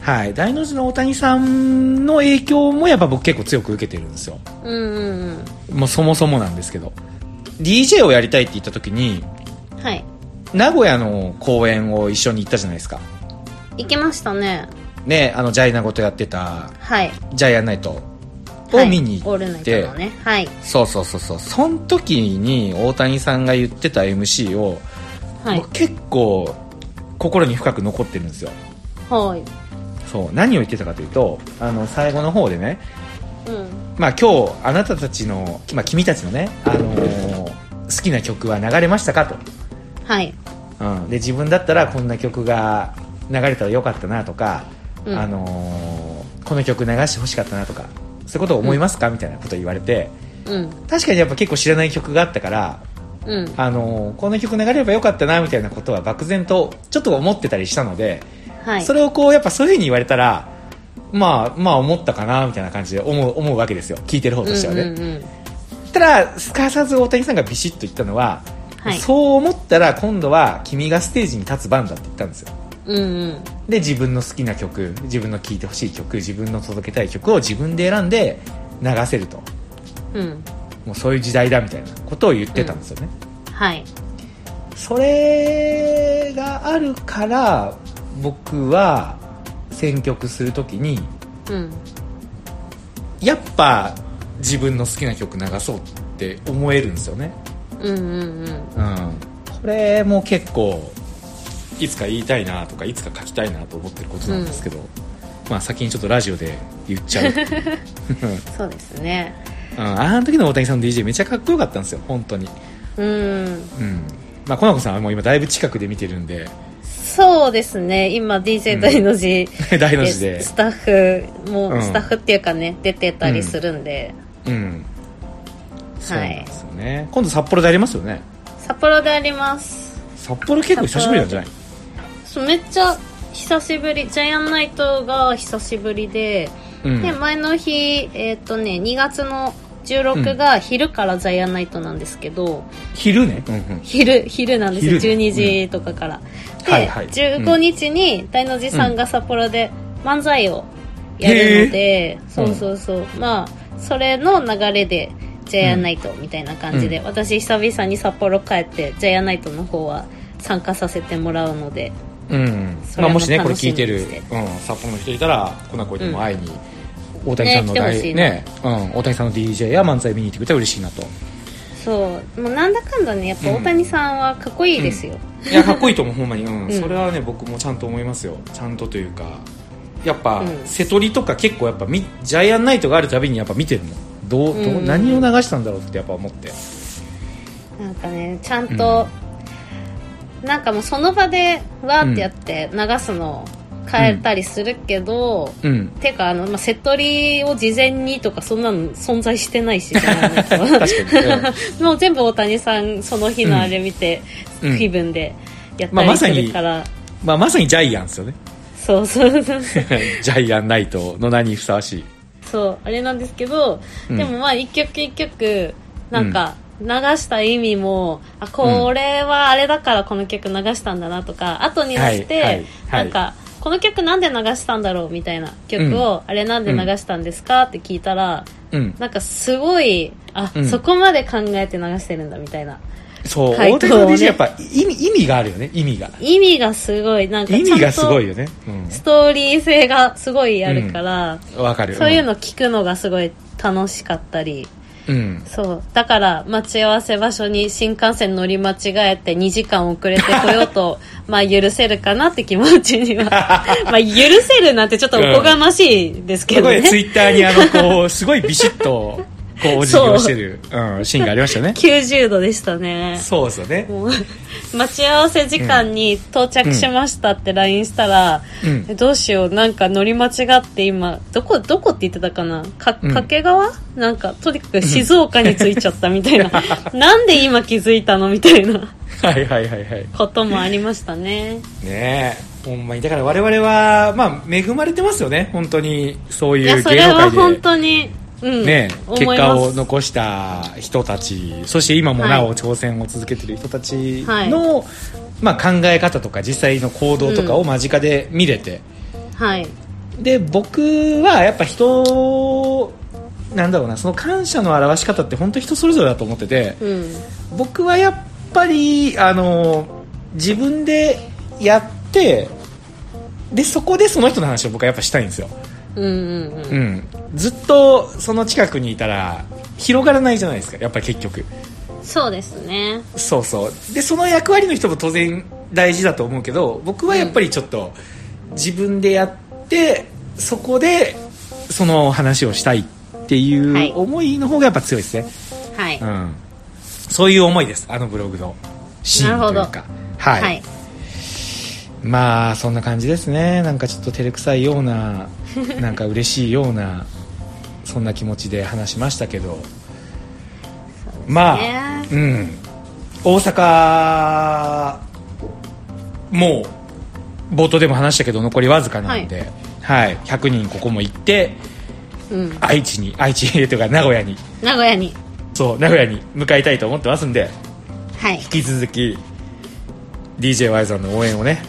[SPEAKER 1] はい大の字の大谷さんの影響もやっぱ僕結構強く受けてるんですよ
[SPEAKER 2] うんうん
[SPEAKER 1] もうそもそもなんですけど DJ をやりたいって言った時に
[SPEAKER 2] うんはい
[SPEAKER 1] 名古屋の公演を一緒に行ったじゃないですか
[SPEAKER 2] 行きましたね
[SPEAKER 1] ねあのジャイナゴとやってた
[SPEAKER 2] はい
[SPEAKER 1] ジャイアンナイト
[SPEAKER 2] は
[SPEAKER 1] を
[SPEAKER 2] い
[SPEAKER 1] 見に
[SPEAKER 2] オー
[SPEAKER 1] 行
[SPEAKER 2] ルナ
[SPEAKER 1] っ
[SPEAKER 2] イ
[SPEAKER 1] て、
[SPEAKER 2] トのねはい
[SPEAKER 1] そうそうそうそうその時に大谷さんが言ってた MC を、
[SPEAKER 2] はい
[SPEAKER 1] 僕結構心に深く残ってるんですよ
[SPEAKER 2] はい
[SPEAKER 1] そう何を言ってたかというとあの最後の方でね、
[SPEAKER 2] うん
[SPEAKER 1] まあ、今日あなたたちの、まあ、君たちのね、あのー好きな曲は流れましたかと、
[SPEAKER 2] はい
[SPEAKER 1] うん、で自分だったらこんな曲が流れたらよかったなとか、
[SPEAKER 2] うん
[SPEAKER 1] あのーこの曲流してほしかったなとかそういうこと思いますか、みたいなこと言われて
[SPEAKER 2] うん
[SPEAKER 1] 確かにやっぱ結構知らない曲があったから
[SPEAKER 2] うん
[SPEAKER 1] あのこの曲流れればよかったなみたいなことは漠然とちょっと思ってたりしたので、
[SPEAKER 2] はい
[SPEAKER 1] それをこうやっぱそういうふうに言われたらまあまあ思ったかなみたいな感じで思う思うわけですよ聞いてる方としてはね、
[SPEAKER 2] うんうんうん
[SPEAKER 1] ただすかさず大谷さんがビシッと言ったのは、
[SPEAKER 2] はい
[SPEAKER 1] そう思ったら今度は君がステージに立つ番だって言ったんですよ
[SPEAKER 2] うん
[SPEAKER 1] で自分の好きな曲自分の聴いてほしい曲自分の届けたい曲を自分で選んで流せると
[SPEAKER 2] うんうん
[SPEAKER 1] もうそういう時代だみたいなことを言ってたんですよね、
[SPEAKER 2] はい
[SPEAKER 1] それがあるから僕は選曲するときに
[SPEAKER 2] うん
[SPEAKER 1] やっぱ自分の好きな曲流そうって思えるんですよね、
[SPEAKER 2] うんうんうん
[SPEAKER 1] うん、これも結構いつか言いたいなとかいつか書きたいなと思ってることなんですけど、まあ先にちょっとラジオで言っち *laughs* ゃうっていう、
[SPEAKER 2] そうですね
[SPEAKER 1] うん、あの時の大谷さんの DJ めちゃかっこよかったんですよ本当に
[SPEAKER 2] うん
[SPEAKER 1] うんまあ、コナコさんはもう今だいぶ近くで見てるんで
[SPEAKER 2] そうですね今 DJ 大の字、
[SPEAKER 1] *laughs* 大の
[SPEAKER 2] え
[SPEAKER 1] 字で
[SPEAKER 2] スタッフも、
[SPEAKER 1] うん
[SPEAKER 2] スタッフっていうかね出てたりするんで、
[SPEAKER 1] うんそうなんですよね、今度札幌でありますよね
[SPEAKER 2] 札幌であります
[SPEAKER 1] 札幌結構久しぶりなんじゃない
[SPEAKER 2] そうめっちゃ久しぶりジャイアンナイトが久しぶりで、
[SPEAKER 1] うん
[SPEAKER 2] で前の日えっ、とね2月の16が昼からジャイアンナイトなんですけど、
[SPEAKER 1] 昼ね、うんうん、
[SPEAKER 2] 昼昼なんですよ
[SPEAKER 1] 昼ね
[SPEAKER 2] 12時とかから、で、
[SPEAKER 1] はいはい
[SPEAKER 2] 15日に大の字さんが札幌で漫才をやるので、そうそうそう、まあそれの流れでジャイアンナイトみたいな感じで、
[SPEAKER 1] うん
[SPEAKER 2] 私久々に札幌帰ってジャイアンナイトの方は参加させてもらうので
[SPEAKER 1] うんうん
[SPEAKER 2] そ
[SPEAKER 1] ま
[SPEAKER 2] れ
[SPEAKER 1] あ、
[SPEAKER 2] も
[SPEAKER 1] もしねこれ聞いてる、う
[SPEAKER 2] 楽しみにし
[SPEAKER 1] ん、札幌の人いたらコナコにも会いに、大谷さんの
[SPEAKER 2] ね来てほし
[SPEAKER 1] 大
[SPEAKER 2] い
[SPEAKER 1] ね
[SPEAKER 2] ね
[SPEAKER 1] うん、大谷さんの DJ や漫才見に行ってくれたら嬉しいなと
[SPEAKER 2] そうもうなんだかんだねやっぱ
[SPEAKER 1] うん
[SPEAKER 2] 大谷さんはかっこいいですよ、
[SPEAKER 1] いやかっこいいと思うほんまに、うん
[SPEAKER 2] うん
[SPEAKER 1] それはね僕もちゃんと思いますよちゃんとというかやっぱ、
[SPEAKER 2] うん
[SPEAKER 1] 瀬戸りとか結構やっぱみジャイアンナイトがあるたびにやっぱ見てるもんどうどう、
[SPEAKER 2] うん
[SPEAKER 1] 何を流したんだろうってやっぱ思って
[SPEAKER 2] なんかねちゃんと、なんかもうその場でわーってやって流すのを変えたりするけど、 *laughs*
[SPEAKER 1] うん
[SPEAKER 2] てかあの、まあ、セットリを事前にとかそんなの存在してないし知らないけど
[SPEAKER 1] 確かに、うん
[SPEAKER 2] もう全部大谷さんその日のあれ見て、
[SPEAKER 1] うん
[SPEAKER 2] 気分でやっ
[SPEAKER 1] まあ
[SPEAKER 2] た
[SPEAKER 1] ま
[SPEAKER 2] り
[SPEAKER 1] さ
[SPEAKER 2] す
[SPEAKER 1] に
[SPEAKER 2] るから、
[SPEAKER 1] まあ、まさにジャイアンですよね *laughs*
[SPEAKER 2] そうそうそう
[SPEAKER 1] ジャイアンナイトの名にふさわしい
[SPEAKER 2] そうあれなんですけど、
[SPEAKER 1] うん
[SPEAKER 2] でもまあ一曲一曲なんか流した意味も、あこれはあれだからこの曲流したんだなとか後になって、
[SPEAKER 1] はいはいはい
[SPEAKER 2] なんかこの曲なんで流したんだろうみたいな曲を、あれなんで流したんですかって聞いたら、
[SPEAKER 1] うん
[SPEAKER 2] なんかすごいあ、
[SPEAKER 1] うん
[SPEAKER 2] そこまで考えて流してるんだみたいな
[SPEAKER 1] そう、
[SPEAKER 2] 回答
[SPEAKER 1] 大谷さんの
[SPEAKER 2] をね
[SPEAKER 1] DJ やっぱ意味意味があるよね意味が
[SPEAKER 2] 意味がすごいなんか
[SPEAKER 1] 意
[SPEAKER 2] ちゃ
[SPEAKER 1] 味
[SPEAKER 2] ん
[SPEAKER 1] がすごい
[SPEAKER 2] と
[SPEAKER 1] よねうん
[SPEAKER 2] ストーリー性がすごいあるから、
[SPEAKER 1] わ、かる
[SPEAKER 2] そういうの聞くのがすごい楽しかったり、
[SPEAKER 1] うん
[SPEAKER 2] そう。だから、待ち合わせ場所に新幹線乗り間違えて2時間遅れてこよう
[SPEAKER 1] *laughs*
[SPEAKER 2] と、まあ許せるかなって気持ちには。まあ許せるなんてちょっとおこがましいですけ
[SPEAKER 1] す
[SPEAKER 2] ど
[SPEAKER 1] ご
[SPEAKER 2] ね
[SPEAKER 1] い。ツイッターにあのこうすごいビシッとこうお辞儀をしてるう、ん、シーンがありましたね
[SPEAKER 2] 90度でしたね。
[SPEAKER 1] *laughs* そうですよね
[SPEAKER 2] *laughs* もう待ち合わせ時間に到着しましたって LINE したら、
[SPEAKER 1] うん
[SPEAKER 2] えどうしよう、なんか乗り間違って今、どこ、どこって言ってたかなか、
[SPEAKER 1] うん
[SPEAKER 2] 掛川、なんか、とにかく静岡に着いちゃったみたいな。
[SPEAKER 1] *laughs*
[SPEAKER 2] なんで今気づいたのみたいな。
[SPEAKER 1] はいはいはいはい
[SPEAKER 2] こともありましたね。
[SPEAKER 1] ねえほんまにだから我々はまあ恵まれてますよね本当にそう
[SPEAKER 2] い
[SPEAKER 1] い
[SPEAKER 2] や、
[SPEAKER 1] う
[SPEAKER 2] そ
[SPEAKER 1] 芸
[SPEAKER 2] れは
[SPEAKER 1] 能界
[SPEAKER 2] 本
[SPEAKER 1] で
[SPEAKER 2] 当に、うん、
[SPEAKER 1] ねえ結
[SPEAKER 2] 思い
[SPEAKER 1] 果
[SPEAKER 2] ま
[SPEAKER 1] を
[SPEAKER 2] す。
[SPEAKER 1] 残した人たちそして今もな
[SPEAKER 2] は
[SPEAKER 1] お
[SPEAKER 2] い
[SPEAKER 1] 挑戦を続けてる人たちの、まあ、考え方とか実際の行動とかを間近で見れて、
[SPEAKER 2] はい。
[SPEAKER 1] で僕はやっぱ人なんだろうなその感謝の表し方って本当人それぞれだと思ってて
[SPEAKER 2] うん。
[SPEAKER 1] 僕はやっぱりあの自分でやってでそこでその人の話を僕はやっぱしたいんですよ、
[SPEAKER 2] うんうんう。
[SPEAKER 1] うんん、ずっとその近くにいたら広がらないじゃないですかやっぱり結局
[SPEAKER 2] そうですね。
[SPEAKER 1] そうそうでその役割の人も当然大事だと思うけど僕はやっぱりちょっと自分でやってそこでその話をしたいって
[SPEAKER 2] はいいう
[SPEAKER 1] 思いの方がやっぱ強いですね、
[SPEAKER 2] はい。
[SPEAKER 1] うん、そういう思いですあのブログのシーンという
[SPEAKER 2] なる
[SPEAKER 1] かはい、
[SPEAKER 2] はい。
[SPEAKER 1] まあそんな感じですねなんかちょっと照れくさいようななんか嬉しいようなそんな気持ちで話しましたけど、まあ、
[SPEAKER 2] ね
[SPEAKER 1] うん大阪もう冒頭でも話したけど残りわずかなんで、はい100人ここも行って
[SPEAKER 2] うん。
[SPEAKER 1] 愛知に愛知というか名古屋に
[SPEAKER 2] 名古屋に。
[SPEAKER 1] そう名古屋に向かいたいと思ってますんで
[SPEAKER 2] はい。
[SPEAKER 1] 引き続き DJY さんの応援をね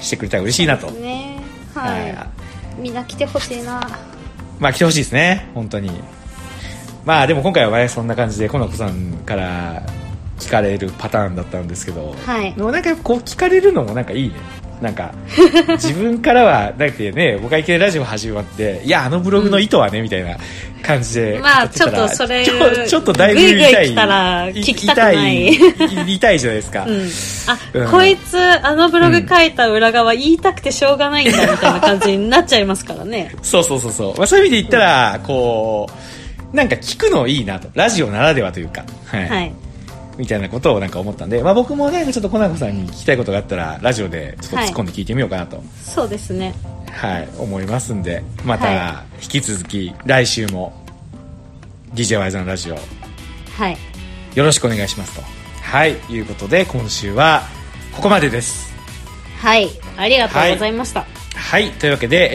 [SPEAKER 1] してくれたら嬉しいなと。
[SPEAKER 2] ね
[SPEAKER 1] は
[SPEAKER 2] はい。みんな来てほしいな。
[SPEAKER 1] まあ来てほしいですね本当にまあでも今回はねそんな感じでこの子さんから聞かれるパターンだったんですけど、
[SPEAKER 2] はい
[SPEAKER 1] でもなんかこう聞かれるのもなんかいいねなん
[SPEAKER 2] *laughs*
[SPEAKER 1] か自分からはだってねお会計ラジオ始まっていやあのブログの意図はね、みたいな感じで
[SPEAKER 2] まあ
[SPEAKER 1] 語てたら
[SPEAKER 2] ちょっとそれ
[SPEAKER 1] ちょちょっとだいぶ
[SPEAKER 2] ぐいぐい
[SPEAKER 1] 痛い
[SPEAKER 2] 来たら聞きたくない
[SPEAKER 1] 痛い痛いじゃないですか、
[SPEAKER 2] うん、あ、
[SPEAKER 1] うん
[SPEAKER 2] こいつあのブログ書いた裏側言いたくてしょうがないんだみたいな感じになっちゃいますからね
[SPEAKER 1] そうそうそうそう、まあ、そういう意味で言ったらこうなんか聞くのいいなとラジオならではというか、はい
[SPEAKER 2] はい
[SPEAKER 1] みたいなことをなんか思ったんで、まあ、僕もねちょっとコナコさんに聞きたいことがあったらラジオでちょっと突っ込んで聞いてみようかなと、
[SPEAKER 2] そうですね
[SPEAKER 1] はい、思いますんで、また
[SPEAKER 2] は
[SPEAKER 1] 引き続き来週も DJY ザのラジオ
[SPEAKER 2] はい
[SPEAKER 1] よろしくお願いしますと。はい、いうことで今週はここまでです。
[SPEAKER 2] はいありがとうございました、
[SPEAKER 1] はい、というわけで、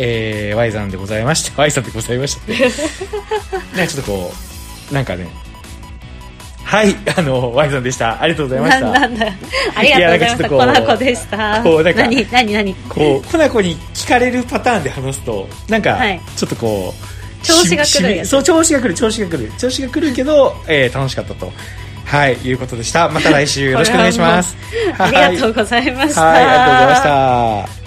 [SPEAKER 1] えー、Y さんでございまして、Y *laughs* さんでございま
[SPEAKER 2] *laughs*
[SPEAKER 1] して、なんかちょっとこう、なんかね、はい、あの、Y さんでした。ありがとうございまし
[SPEAKER 2] なな
[SPEAKER 1] た。
[SPEAKER 2] んだありがとうございました
[SPEAKER 1] いや
[SPEAKER 2] コ
[SPEAKER 1] なんかちょっとこう
[SPEAKER 2] ナコでした
[SPEAKER 1] こうなんか
[SPEAKER 2] 何何何
[SPEAKER 1] こう、コナコに聞かれるパターンで話すと、なんか
[SPEAKER 2] はい、
[SPEAKER 1] ちょっとこう、
[SPEAKER 2] 調子が
[SPEAKER 1] し
[SPEAKER 2] 狂う
[SPEAKER 1] しび
[SPEAKER 2] やつ
[SPEAKER 1] そう、調子が来る、調子が来る、調子が来るけど、えー、楽しかったと。はい、いう
[SPEAKER 2] *laughs*
[SPEAKER 1] ことでした。また来週よろしくお願いします。
[SPEAKER 2] ありがと
[SPEAKER 1] う
[SPEAKER 2] うございました
[SPEAKER 1] はい、ありがとうございました。